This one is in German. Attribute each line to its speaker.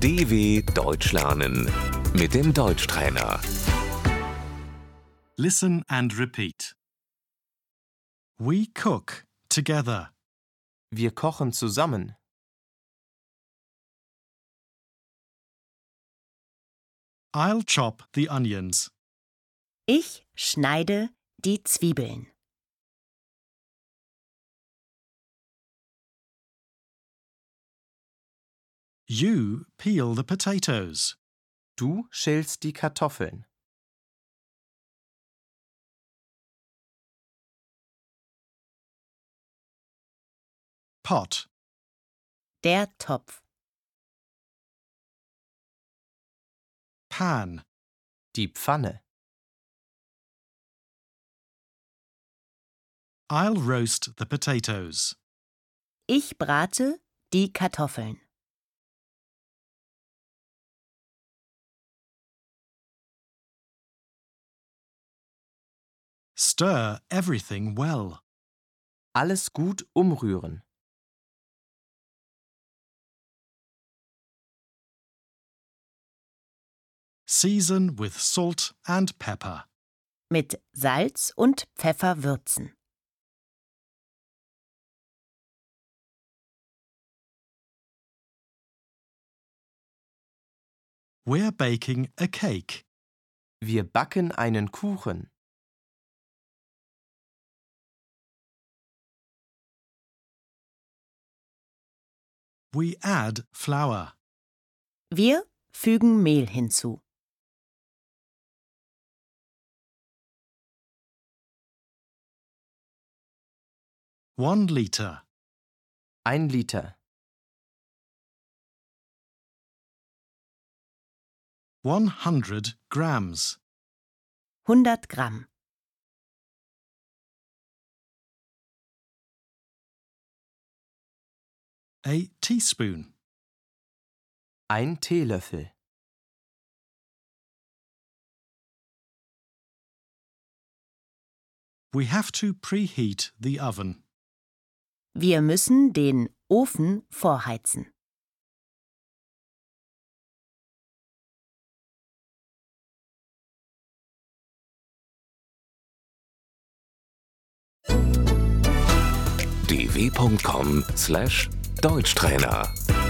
Speaker 1: DW Deutsch lernen mit dem Deutschtrainer.
Speaker 2: Listen and repeat. We cook together.
Speaker 3: Wir kochen zusammen.
Speaker 2: I'll chop the onions.
Speaker 4: Ich schneide die Zwiebeln.
Speaker 2: You peel the potatoes.
Speaker 3: Du schälst die Kartoffeln.
Speaker 2: Pot.
Speaker 4: Der Topf.
Speaker 2: Pan.
Speaker 3: Die Pfanne.
Speaker 2: I'll roast the potatoes.
Speaker 4: Ich brate die Kartoffeln.
Speaker 2: Stir everything well.
Speaker 3: Alles gut umrühren.
Speaker 2: Season with salt and pepper.
Speaker 4: Mit Salz und Pfeffer würzen.
Speaker 2: We're baking a cake.
Speaker 3: Wir backen einen Kuchen.
Speaker 2: We add flour.
Speaker 4: Wir fügen Mehl hinzu.
Speaker 2: One liter.
Speaker 3: Ein Liter.
Speaker 2: One hundred grams.
Speaker 4: 100 Gramm.
Speaker 2: A teaspoon.
Speaker 3: Ein Teelöffel.
Speaker 2: We have to preheat the oven.
Speaker 4: Wir müssen den Ofen vorheizen.
Speaker 1: dw.com/deutschtrainer